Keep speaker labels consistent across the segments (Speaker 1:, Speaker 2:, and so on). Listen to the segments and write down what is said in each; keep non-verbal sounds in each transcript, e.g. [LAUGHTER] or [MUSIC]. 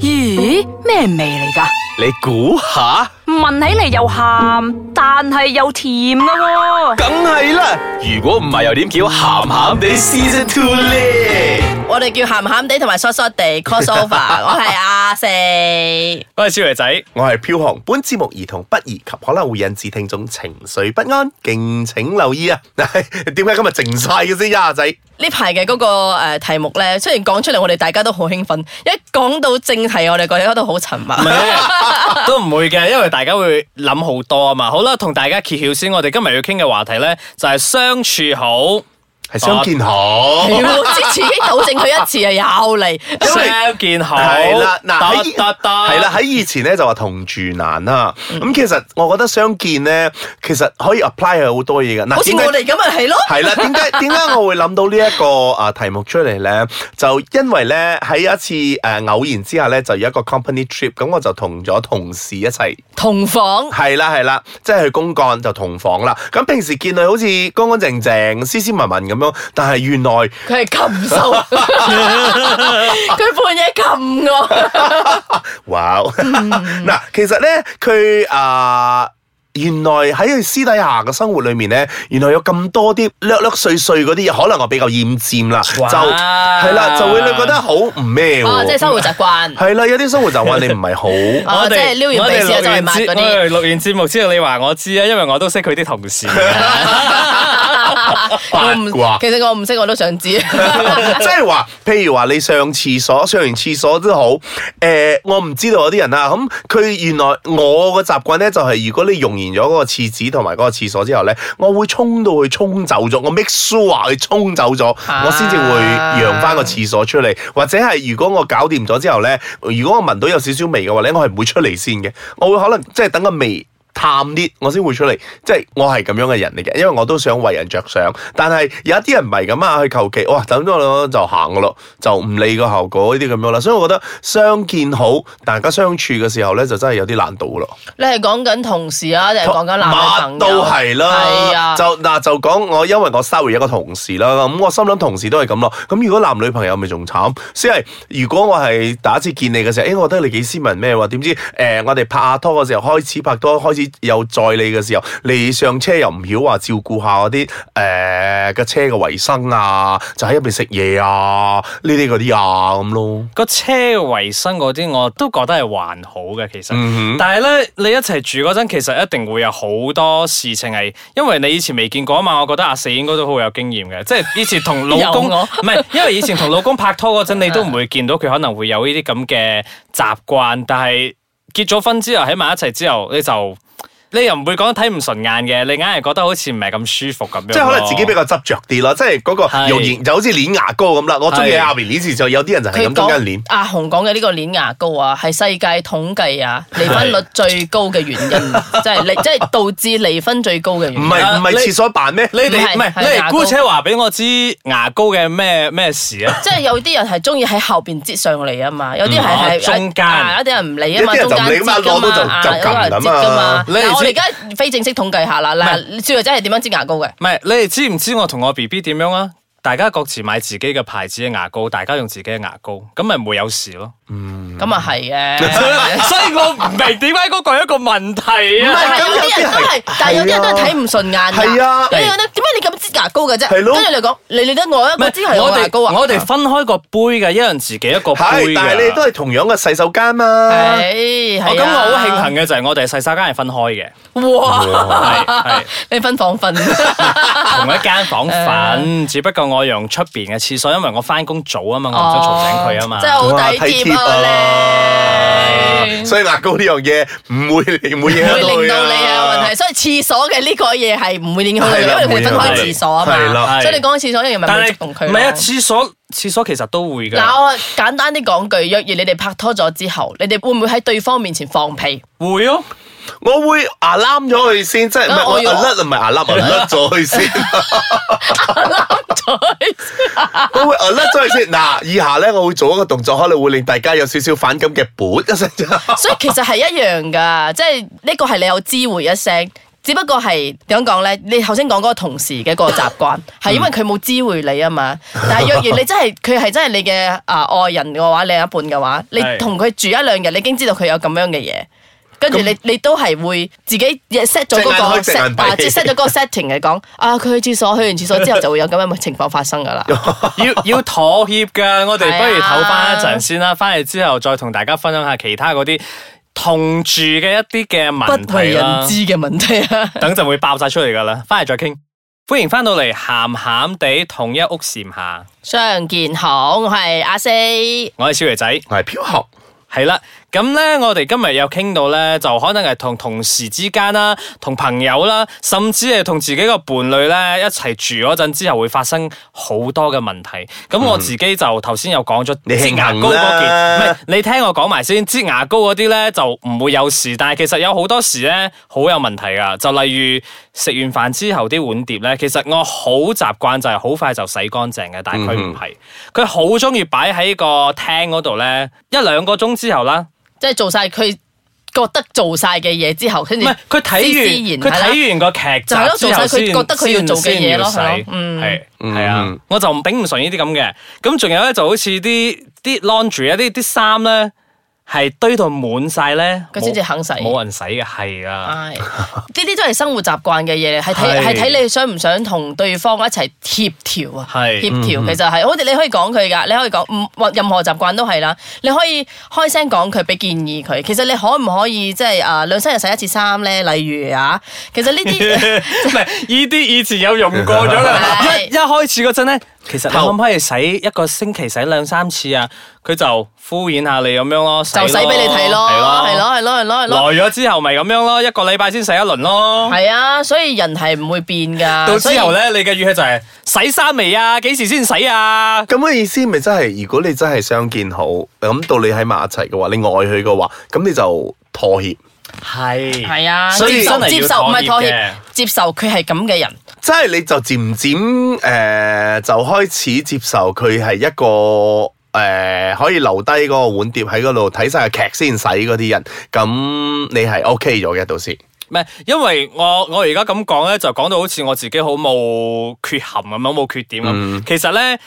Speaker 1: 咦，咩味嚟噶？
Speaker 2: 你估下，
Speaker 1: 聞起嚟又鹹，但係又甜噶喎、
Speaker 2: 梗係啦。如果唔係又點叫鹹鹹地 Season Two 咧？
Speaker 3: 我哋叫鹹鹹地同埋疏疏地 crossover，我
Speaker 2: [LAUGHS]
Speaker 3: 係阿四。
Speaker 4: 我係少爺仔，
Speaker 2: 我係飄紅，本節目兒童不宜及可能會引致聽眾情緒不安，敬請留意啊！ [LAUGHS] 但係點解今日靜晒嘅先，丫仔？
Speaker 3: 呢排嘅嗰個誒題目咧，雖然講出嚟我哋大家都好興奮，一講到正題我哋覺得都好沉默。
Speaker 4: 唔
Speaker 3: [LAUGHS]
Speaker 4: 係 [LAUGHS] 都唔會嘅，因為大家會諗好多啊嘛。好啦，同大家揭曉先，我哋今日要傾嘅話題咧就係相處好，
Speaker 2: 係相見好。
Speaker 3: 屌之前已經糾正佢一次啊，又嚟。
Speaker 2: 為
Speaker 4: 相見好，
Speaker 2: 係啦，嗱
Speaker 4: 得
Speaker 2: 喺
Speaker 4: 得得，
Speaker 2: 係啦，喺以前咧就話同住難啦。咁其實我覺得相見咧，其實可以 apply 係好多嘢嘅。嗱，
Speaker 3: 好似
Speaker 2: 點解
Speaker 3: 我哋咁咪係咯，
Speaker 2: 係啦，點
Speaker 3: [LAUGHS]
Speaker 2: 解點解我會諗到呢一個啊題目出嚟咧？就因為咧喺一次誒、呃偶然之下咧，就有一個 company trip，咁我就同咗同事一齊，
Speaker 3: 同房
Speaker 2: 係啦係啦，即係去公幹就同房啦。咁平時見佢好似乾乾淨淨、斯斯文文咁樣，但係原來
Speaker 3: 佢係禽
Speaker 2: [LAUGHS]
Speaker 3: 獸，佢半夜擒我。
Speaker 2: 哎哇！
Speaker 3: 嗯
Speaker 2: [LAUGHS] 嗱，其實咧佢啊。原來喺佢私底下嘅生活裏面咧，原來有咁多啲略略碎碎嗰啲嘢，可能我比較厭尖啦，就
Speaker 4: 哇
Speaker 2: 係啦，就會你覺得好唔咩喎？
Speaker 3: 哦，即係生活習
Speaker 2: [LAUGHS]
Speaker 3: 慣。
Speaker 2: 係啦，有啲生活習慣你唔係好，
Speaker 3: 哦即係撩完鼻屎啊周圍抹嗰啲
Speaker 4: 我哋錄完節我哋錄完節目之後，你話我知啊，因為我都識佢啲同
Speaker 2: [LAUGHS]
Speaker 4: 事。 [LAUGHS]
Speaker 3: 我唔
Speaker 2: 八卦，
Speaker 3: 其實我唔識，我都想知。
Speaker 2: 即係話，譬如話你上廁所，上完廁所都好，誒、我唔知道有啲人啊，咁佢原來我個習慣咧就係、如果你用完咗嗰個廁紙同埋嗰個廁所之後咧，我會衝到去衝走咗，我 make sure 話佢衝走咗，
Speaker 3: 啊
Speaker 2: 我先至會揚翻個廁所出嚟，或者係如果我搞掂咗之後咧，如果我聞到有少少味嘅話咧，我係唔會出嚟先嘅，我會可能即係等個味。淡啲，我先會出嚟。即係我係咁樣嘅人嚟嘅，因為我都想為人着想。但係有一啲人唔係咁啊，佢求其哇等咗我就行噶咯，就唔理個效果呢啲咁樣啦。所以我覺得相見好，大家相處嘅時候咧，就真係有啲難度咯。
Speaker 3: 你係講緊同事啊，定係講緊男女朋友？
Speaker 2: 啊都係
Speaker 3: 係
Speaker 2: 啦，
Speaker 3: 啊
Speaker 2: 就。嗱就講我因為我 sorry 一個同事啦，咁我心諗同事都係咁咯。咁如果男女朋友咪仲慘，即係如果我係第一次見你嘅時候，誒、我覺得你幾斯文咩喎？點知誒、我哋拍下拖嘅時候，開始拍拖，開始有載你嘅時候，你上車又唔曉話照顧下嗰啲誒嘅車嘅衞生啊，就喺入邊食嘢啊，呢啲嗰啲啊咁咯。
Speaker 4: 個車嘅衞生嗰啲我都覺得係還好嘅，其實。
Speaker 2: 嗯哼
Speaker 4: 但係咧，你一齊住嗰陣，其實一定會有好多事情係，因為你以前未見過啊嘛。我覺得阿四應該都好有經驗嘅，即係以前同老公，
Speaker 2: [LAUGHS]
Speaker 3: 有我
Speaker 4: 唔係因為以前同老公拍拖嗰陣，你都唔會見到佢可能會有呢啲咁嘅習慣，但係結咗婚之後喺埋一齊之後，你就你又唔會講睇唔順眼嘅，你硬係覺得好似唔係咁舒服咁樣咯。
Speaker 2: 即係可能自己比較執着啲咯，即係嗰個
Speaker 4: 係
Speaker 2: 用完就好似攣牙膏咁啦。我中意喺
Speaker 4: 係
Speaker 2: 下邊攣住，就有啲人就係咁中間攣
Speaker 3: 講。阿紅講嘅呢個鏈牙膏啊，係世界統計啊離婚率最高嘅
Speaker 2: [LAUGHS]
Speaker 3: 原因，即係離即係導致離婚最高嘅原
Speaker 2: 唔
Speaker 3: 因。
Speaker 2: 係唔係
Speaker 4: 你
Speaker 2: 廁所辦咩？
Speaker 4: 你哋
Speaker 3: 唔係
Speaker 4: 唔係
Speaker 3: 係
Speaker 4: 你
Speaker 3: 牙
Speaker 2: 啊
Speaker 4: 哋
Speaker 3: 膏
Speaker 4: 姑且話俾我知牙膏嘅咩咩事啊？
Speaker 3: 即係有啲人係中意喺後邊擠上嚟啊嘛，有啲
Speaker 4: 嗯
Speaker 3: 係係
Speaker 4: 哦中間
Speaker 3: 啊有啲人唔理啊嘛，
Speaker 2: 有啲
Speaker 3: 中
Speaker 2: 人就唔
Speaker 3: 間
Speaker 2: 理
Speaker 3: 擠
Speaker 2: 㗎嘛
Speaker 3: 㗎
Speaker 2: 攞到就
Speaker 3: 啊
Speaker 2: 就
Speaker 3: 有啲人
Speaker 2: 撳
Speaker 3: 擠㗎嘛。
Speaker 4: 咁啊
Speaker 3: 嗱，我哋
Speaker 4: 你
Speaker 3: 而家非正式統計下啦，嗱，少女仔係點樣擠牙膏嘅？
Speaker 4: 唔係，你哋知唔知我同我 B B 點樣啊？大家各自買自己嘅牌子嘅牙膏，大家用自己嘅牙膏，咁咪唔會有事
Speaker 3: [LAUGHS]
Speaker 4: 咯。
Speaker 2: 嗯
Speaker 3: 咁啊係嘅。
Speaker 2: [LAUGHS]
Speaker 4: 所以我唔明點解嗰個係一個問題
Speaker 3: 唔
Speaker 4: 啊！
Speaker 3: 係，有啲人都係，但係有啲人都係睇唔順眼㗎。
Speaker 2: 係啊
Speaker 3: 有啲人覺得點解你咁擠牙膏嘅啫？
Speaker 2: 係咯
Speaker 3: 跟住你講，你你得我一個支係我牙膏啊。
Speaker 4: 我哋分開個杯嘅，一人自己一個杯啊
Speaker 2: 係，
Speaker 4: 嘅。
Speaker 2: 但係你哋都係同樣嘅洗手間嘛。
Speaker 3: 係係啊
Speaker 4: 哦我咁我好慶幸嘅就係我哋洗手間係分開
Speaker 3: [LAUGHS]
Speaker 4: 嘅，
Speaker 3: 哇！
Speaker 4: 係係
Speaker 3: 你分房瞓，
Speaker 4: 同一間房瞓，只不過我用出邊嘅廁所，因為我翻工早啊嘛，我唔想嘈醒佢啊嘛。
Speaker 3: 哦真係好
Speaker 2: 哇
Speaker 3: 抵貼啊你。
Speaker 2: 所以牙膏呢樣嘢唔會你唔會影
Speaker 3: 會
Speaker 2: 響到
Speaker 3: 令
Speaker 2: 佢
Speaker 3: 到你有
Speaker 2: 啊
Speaker 3: 問題，所以廁所嘅呢個嘢係唔會影響到你，
Speaker 2: 係啦
Speaker 3: 因為佢分開廁所
Speaker 2: 係
Speaker 3: 啊嘛。
Speaker 2: 啦
Speaker 3: 所以你講緊廁所一樣咪
Speaker 4: 但
Speaker 3: 會觸
Speaker 4: 係
Speaker 3: 動佢
Speaker 4: 唔係啊？
Speaker 3: 咯。
Speaker 4: 廁所廁所其實都會㗎。
Speaker 3: 嗱，我簡單啲講句，若然你哋拍拖咗之後，你哋會唔會喺對方面前放屁？
Speaker 4: 會咯，
Speaker 2: 我會牙冧咗佢先，即係唔
Speaker 3: 啊
Speaker 2: 係我
Speaker 3: 我要
Speaker 2: 牙甩唔係牙冧，牙甩咗 [LAUGHS] 佢先。我會牙甩咗佢先。嗱，以下咧我會做一個動作，可能會令大家有少少反 [LAUGHS] 感嘅，噗一聲。
Speaker 3: [LAUGHS] 所以其實係一樣㗎，即係呢個係你有知會一聲，只不過係點講咧？你頭先講嗰個同事嘅嗰個習
Speaker 2: [LAUGHS] 嗯
Speaker 3: 慣，係因為佢冇知會你啊嘛。但係若然你真係佢係真係你嘅啊愛人嘅話，另一半嘅話，你
Speaker 4: 係
Speaker 3: 同佢住一兩日，你已經知道佢有咁樣嘅嘢。跟住
Speaker 2: 咁
Speaker 3: 你你都係會自己 set 咗
Speaker 2: 隻眼
Speaker 3: 嗰個
Speaker 2: 開隻
Speaker 3: set
Speaker 2: 眼閉
Speaker 3: 啊，即係 set 咗嗰個 setting 嚟
Speaker 2: [LAUGHS]
Speaker 3: 講啊，佢去廁所，去完廁所之後就會有咁樣嘅情況發生㗎啦。
Speaker 4: [LAUGHS] 要要妥協噶，我哋不如
Speaker 3: 係啊
Speaker 4: 唞翻一陣先啦，翻嚟之後再同大家分享下其他嗰啲同住嘅一啲嘅
Speaker 3: 不
Speaker 4: 問
Speaker 3: 為
Speaker 4: 題啦
Speaker 3: 人知。嘅問題
Speaker 2: [LAUGHS]
Speaker 3: 啊！
Speaker 4: 等陣會爆晒出嚟噶啦，翻嚟再傾。歡迎翻到嚟，鹹鹹地同一屋檐下，
Speaker 3: 相健好，我係阿四，
Speaker 4: 我係小爺仔。
Speaker 2: 係飄學，
Speaker 4: 系啦，咁咧，我哋今日有傾到咧，就可能係同同事之間啦，同朋友啦，甚至係同自己個伴侶咧一齊住嗰陣之後，會發生好多嘅問題。咁我自己就頭先有講咗，
Speaker 2: 你
Speaker 4: 擠
Speaker 2: 慶
Speaker 4: 牙
Speaker 2: 幸
Speaker 4: 膏嗰件，
Speaker 2: 啦
Speaker 4: 唔係你聽我講埋先，擠牙膏嗰啲咧就唔會有事，但係其實有好多時咧好有問題噶，就例如食完飯之後啲碗碟咧，其實我好習慣就係好快就洗乾淨嘅，但係佢唔係，佢好中意擺喺個廳嗰度咧，一兩個鐘之後啦。
Speaker 3: 即係做晒佢覺得做晒嘅嘢之後，跟
Speaker 4: 唔
Speaker 3: 住
Speaker 4: 係佢睇
Speaker 3: 自然
Speaker 4: 完佢
Speaker 3: 係啦
Speaker 4: 睇完個劇集
Speaker 3: 就係咯
Speaker 4: 之
Speaker 3: 做晒
Speaker 4: 後
Speaker 3: 佢
Speaker 4: 先
Speaker 3: 覺得佢要做嘅嘢咯
Speaker 4: 先要洗
Speaker 3: 係咯嗯
Speaker 4: 係
Speaker 2: 嗯
Speaker 4: 係啊
Speaker 2: 嗯，
Speaker 4: 我就頂唔順呢啲咁嘅。咁仲有咧就好似啲啲 laundry 啊，啲啲衫咧係堆到滿晒咧，
Speaker 3: 佢先至肯洗
Speaker 4: 冇冇人洗嘅係啊。
Speaker 3: 唉，呢啲都係生活習慣嘅嘢，係睇
Speaker 4: 係
Speaker 3: 係睇你想唔想同對方一齊協調啊。
Speaker 4: 係嗯
Speaker 3: 協調其實係，好似你可以講佢㗎，你可以講唔或任何習慣都係啦。你可以開聲講佢，俾建議佢。其實你可唔可以即係啊兩三日洗一次衫咧？例如啊，其實呢啲
Speaker 4: [LAUGHS] 唔係呢啲以前有用過咗啦。
Speaker 3: 係
Speaker 4: 一一開始嗰陣咧，其實你
Speaker 2: 頭
Speaker 4: 可唔可以洗一個星期洗兩三次啊？佢就敷衍下你咁樣咯，
Speaker 3: 就洗俾你睇咯，
Speaker 4: 係
Speaker 3: 係咯係咯係咯係
Speaker 4: 來
Speaker 3: 咯。
Speaker 4: 咗之後咪咁樣咯，一個禮拜先洗一輪咯。
Speaker 3: 系啊，所以人係唔會變噶。
Speaker 4: 到之後咧，你嘅語氣就係、洗衫未啊？幾時先洗啊？
Speaker 2: 咁嘅意思咪真係，如果你真係相見好，咁到你喺埋一齊嘅話，你愛佢嘅話，咁你就妥協。
Speaker 4: 係
Speaker 3: 系啊，
Speaker 4: 所以
Speaker 3: 接受
Speaker 4: 真係要
Speaker 3: 接受唔係妥
Speaker 4: 妥協
Speaker 3: 協
Speaker 4: 嘅，
Speaker 3: 接受佢係咁嘅人，
Speaker 2: 即係你就漸漸诶、呃就開始接受佢係一個诶、呃可以留低嗰個碗碟喺嗰度睇晒劇先洗嗰啲人，咁你係 OK 咗嘅到時。
Speaker 4: 唔係，因為我我而家咁講咧，就講到好似我自己好冇缺陷咁樣，冇缺點咁。
Speaker 3: 嗯
Speaker 4: 其實咧。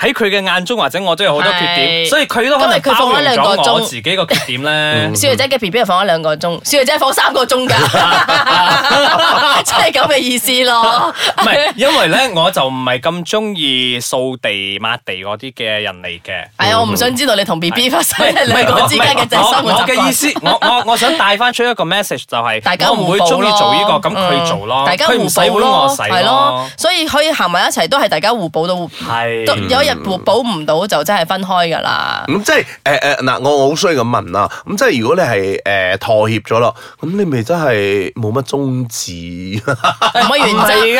Speaker 4: 喺佢嘅眼中，或者我都有好多缺點，
Speaker 3: 係
Speaker 4: 所以佢都可能
Speaker 3: 因為佢放
Speaker 4: 包
Speaker 3: 咗
Speaker 4: 容
Speaker 3: 兩個鐘
Speaker 4: 咗我自己個缺
Speaker 3: [LAUGHS]
Speaker 4: 點咧。
Speaker 3: 小姐仔嘅 B B 放咗兩個鐘，小姐仔放三個鐘㗎，
Speaker 4: [LAUGHS]
Speaker 3: 真係咁嘅意思咯。
Speaker 4: 唔
Speaker 3: 嗯
Speaker 4: 係，因為咧我就唔係咁中意掃地抹地嗰啲嘅人嚟嘅。
Speaker 3: [LAUGHS] 係啊，我唔想知道你同 B B 發生兩個之間嘅仔
Speaker 4: 我
Speaker 3: 生活
Speaker 4: 我
Speaker 3: 習
Speaker 4: 嘅意
Speaker 3: 慣。
Speaker 4: 思，我我我想帶翻出一個 message 就係，
Speaker 3: 大家
Speaker 4: 我唔
Speaker 3: 互
Speaker 4: 會
Speaker 3: 補
Speaker 4: 中意
Speaker 3: 咯，
Speaker 4: 做呢個，咁佢做
Speaker 3: 嗯
Speaker 4: 咯，
Speaker 3: 大家
Speaker 4: 佢
Speaker 3: 互
Speaker 4: 唔洗碗
Speaker 3: 補
Speaker 4: 我洗
Speaker 3: 係
Speaker 4: 咯嗯
Speaker 3: 咯，，所以可以行埋一齊都係大家互補到，都
Speaker 4: 係。
Speaker 3: 有一日互補唔到就真係分開㗎啦。
Speaker 2: 咁即係誒誒嗱，我我好衰咁問啦。咁即係如果你係誒、呃妥協咗咯，咁你咪真係冇乜宗旨，啊係啦，
Speaker 3: 冇乜原則，冇
Speaker 4: 係嘅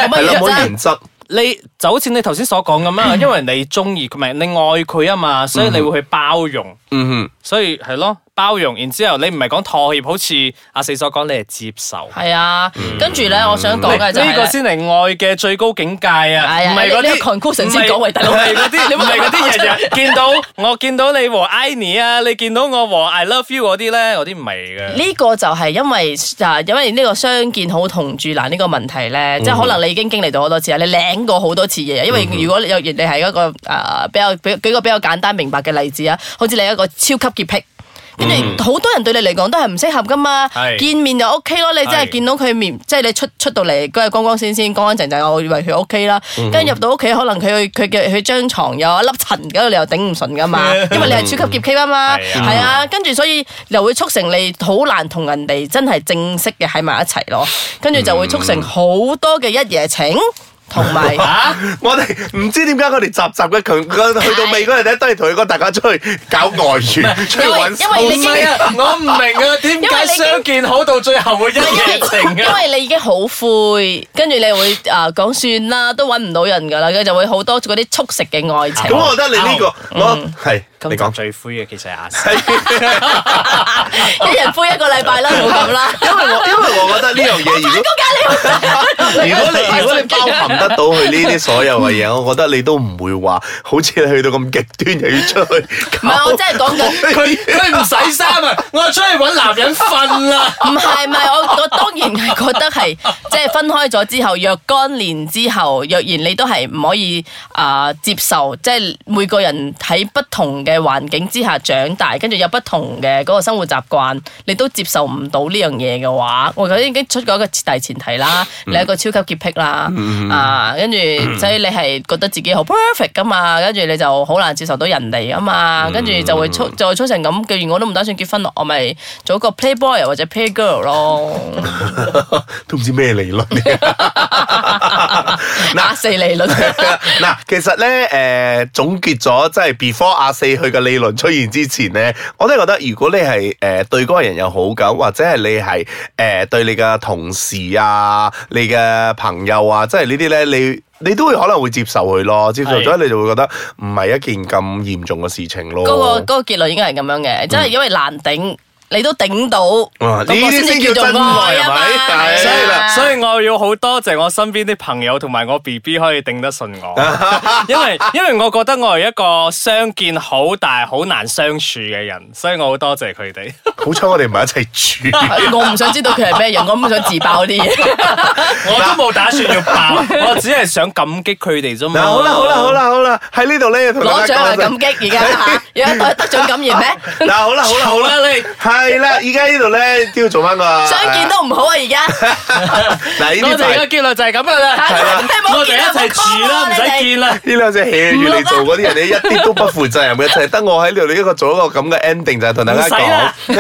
Speaker 3: 乜
Speaker 2: 冇乜
Speaker 3: 原
Speaker 2: 原則。
Speaker 4: 你就好似你頭先所
Speaker 3: [COUGHS]
Speaker 4: 講咁啊，因為你中意佢，唔係你愛佢啊嘛，所以你會去包容，
Speaker 2: 嗯
Speaker 4: 所以係咯，包容。然之後你唔係講妥協，好似阿四所講，你係接受。
Speaker 3: 則。係啊，跟住咧，我想講嘅就係
Speaker 4: 嗯呢個先係愛嘅最高境界啊！
Speaker 3: 係啊
Speaker 4: 唔係嗰
Speaker 3: 你你
Speaker 4: 啲
Speaker 3: 個 conclusion 先講喂大佬
Speaker 4: 唔係嗰
Speaker 3: [LAUGHS]
Speaker 4: 啲，
Speaker 3: 你
Speaker 4: 唔
Speaker 3: 冇
Speaker 4: 係嗰啲日日見到我見到你和 I n e 啊，你見到我和 I love you 嗰啲咧，嗰啲唔係嘅。
Speaker 3: 呢個就係因為啊，因為呢個相見好同住難呢個問題
Speaker 4: 嗯
Speaker 3: 咧，即係可能你已經經歷到好多次啊，你領過好多次嘢。因為如果你有你係一個啊比較比舉個比較簡單明白嘅例子啊，好似你一個超級潔癖。跟住好多人對你嚟講都係唔適合噶嘛，
Speaker 4: 嗯係
Speaker 3: 見面就 O K 咯。你真係
Speaker 4: 係
Speaker 3: 見到佢面，即係你出出到嚟嗰日光光鮮鮮、乾乾淨哎淨，我以為佢 O K 啦。
Speaker 4: 嗯
Speaker 3: 跟住入到屋企，可能佢佢嘅佢張床有一粒塵嗰度，你又頂唔順噶
Speaker 4: [LAUGHS]
Speaker 3: 嘛，因為你係超級潔癖啊嘛，
Speaker 4: 係啊
Speaker 3: 係啊。跟住所以又會促成你好難同人哋真係正式嘅喺埋一齊咯，跟住就會促
Speaker 2: 嗯
Speaker 3: 成好多嘅一夜情，同
Speaker 2: [LAUGHS]
Speaker 3: 埋
Speaker 2: 哼，我哋唔知點解我哋集集嘅強去到尾嗰陣咧，都係同佢講大家出去搞外遇，出去
Speaker 3: 因為
Speaker 2: 揾
Speaker 3: 因為你經歷。
Speaker 4: 啊，我唔明啊，點
Speaker 3: [LAUGHS] 因為你
Speaker 4: 見好到最後會一
Speaker 3: 因為
Speaker 2: 啊
Speaker 3: 因？為你已經好灰，跟住你會啊講算啦，都揾唔到人㗎啦，佢就會好多嗰啲速食嘅愛情
Speaker 2: 咁。我覺得你呢個我係你
Speaker 4: 今集
Speaker 2: 講
Speaker 4: 最灰嘅其實係阿 Sir
Speaker 3: [LAUGHS] 一人灰一個禮拜啦，冇咁啦。
Speaker 2: 因為我因為我覺得呢樣嘢，如果如果你如果你包含得到佢呢啲所有嘅嘢，我覺得你都唔會話好似你去到咁極端又要出去
Speaker 3: 唔係，我真係講緊。
Speaker 4: 佢佢唔洗衫啊！我出去揾男人瞓啦。
Speaker 3: 唔係唔係，我我當然係覺得係即係分開咗之後，若干年之後，若然你都係唔可以啊、接受，即係每個人喺不同嘅環境之下長大，跟住有不同嘅嗰個生活習慣，你都接受唔到呢樣嘢嘅話，我覺得已經出咗一個大前提啦，你係一個超級潔癖啦，啊，跟住
Speaker 2: [CLEARS THROAT]
Speaker 3: 所以你係覺得自己好 perfect 噶嘛，跟住你就好難接受到人哋噶嘛，跟住就會促就會促成咁，既然我都唔打算結婚咯，我咪做一個 playboy 或者 playgirl
Speaker 2: [LAUGHS]
Speaker 3: 咯，
Speaker 2: 都唔知咩理論嚟。
Speaker 3: 打死你
Speaker 2: [LAUGHS]
Speaker 3: 啦！
Speaker 2: 嗱，其實咧，诶、總結咗即係 before 阿四佢嘅理論出現之前咧，我都係覺得，如果你係诶、誒對嗰個人有好感，或者係你係诶、誒對你嘅同事啊、你嘅朋友啊，即係呢啲咧，你你都會可能會接受佢咯，接受咗
Speaker 4: 係
Speaker 2: 你就會覺得唔係一件咁嚴重嘅事情咯。
Speaker 3: 嗰個嗰個結論應該係咁樣嘅，即係因為難頂，你都頂到，
Speaker 2: 哇
Speaker 3: 嗰個
Speaker 2: 呢啲先叫
Speaker 3: 做
Speaker 2: 真愛
Speaker 3: 啊嘛
Speaker 2: 係咪係
Speaker 4: [LAUGHS] 所以
Speaker 3: 啊
Speaker 2: 啦
Speaker 4: 所以我要好多謝我身邊啲朋友同埋我 B B 可以頂得順我，因為因為我覺得我係一個相見好但係好難相處嘅人，所以我好多謝佢哋。
Speaker 2: 好彩我哋唔係一齊
Speaker 3: [LAUGHS]
Speaker 2: 住。
Speaker 3: 我唔想知道佢係咩人，我唔想自爆啲嘢。
Speaker 4: 我都冇打算要爆，我只係想感激佢哋啫嘛。
Speaker 2: 嗱，好啦，好啦，好啦，好啦，喺呢度咧，同大
Speaker 3: 攞
Speaker 2: 家
Speaker 3: 獎
Speaker 2: 講
Speaker 3: 啊
Speaker 2: 一聲
Speaker 3: 感激而家
Speaker 2: [LAUGHS]
Speaker 3: 嚇，有一代得獎感言咩？
Speaker 2: 嗱，好啦，好
Speaker 4: [LAUGHS]
Speaker 2: 啦，好
Speaker 4: 好
Speaker 2: 啦，
Speaker 4: 啦，你
Speaker 2: 係啦，而家呢度咧都要做翻個
Speaker 3: 相見都唔好啊！
Speaker 2: [LAUGHS]
Speaker 3: 而家
Speaker 2: 嗱呢啲就係
Speaker 4: 我哋嘅結論就係咁噶啦。
Speaker 3: 係啦
Speaker 4: 我哋一齊住啦，唔使見啦。
Speaker 2: 呢兩隻 hea 住你
Speaker 4: 啊
Speaker 2: 做嗰啲人，你一啲都不負責任嘅，就係得我喺呢度，你一個做一個咁嘅 ending 就係同大家
Speaker 4: 唔使啦
Speaker 2: 講，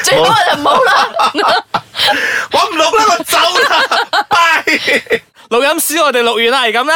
Speaker 2: [LAUGHS]
Speaker 3: 最好就唔好啦。
Speaker 2: 我唔錄啦，我走啦，拜。
Speaker 4: 錄音師，我哋錄完啦，係咁啦。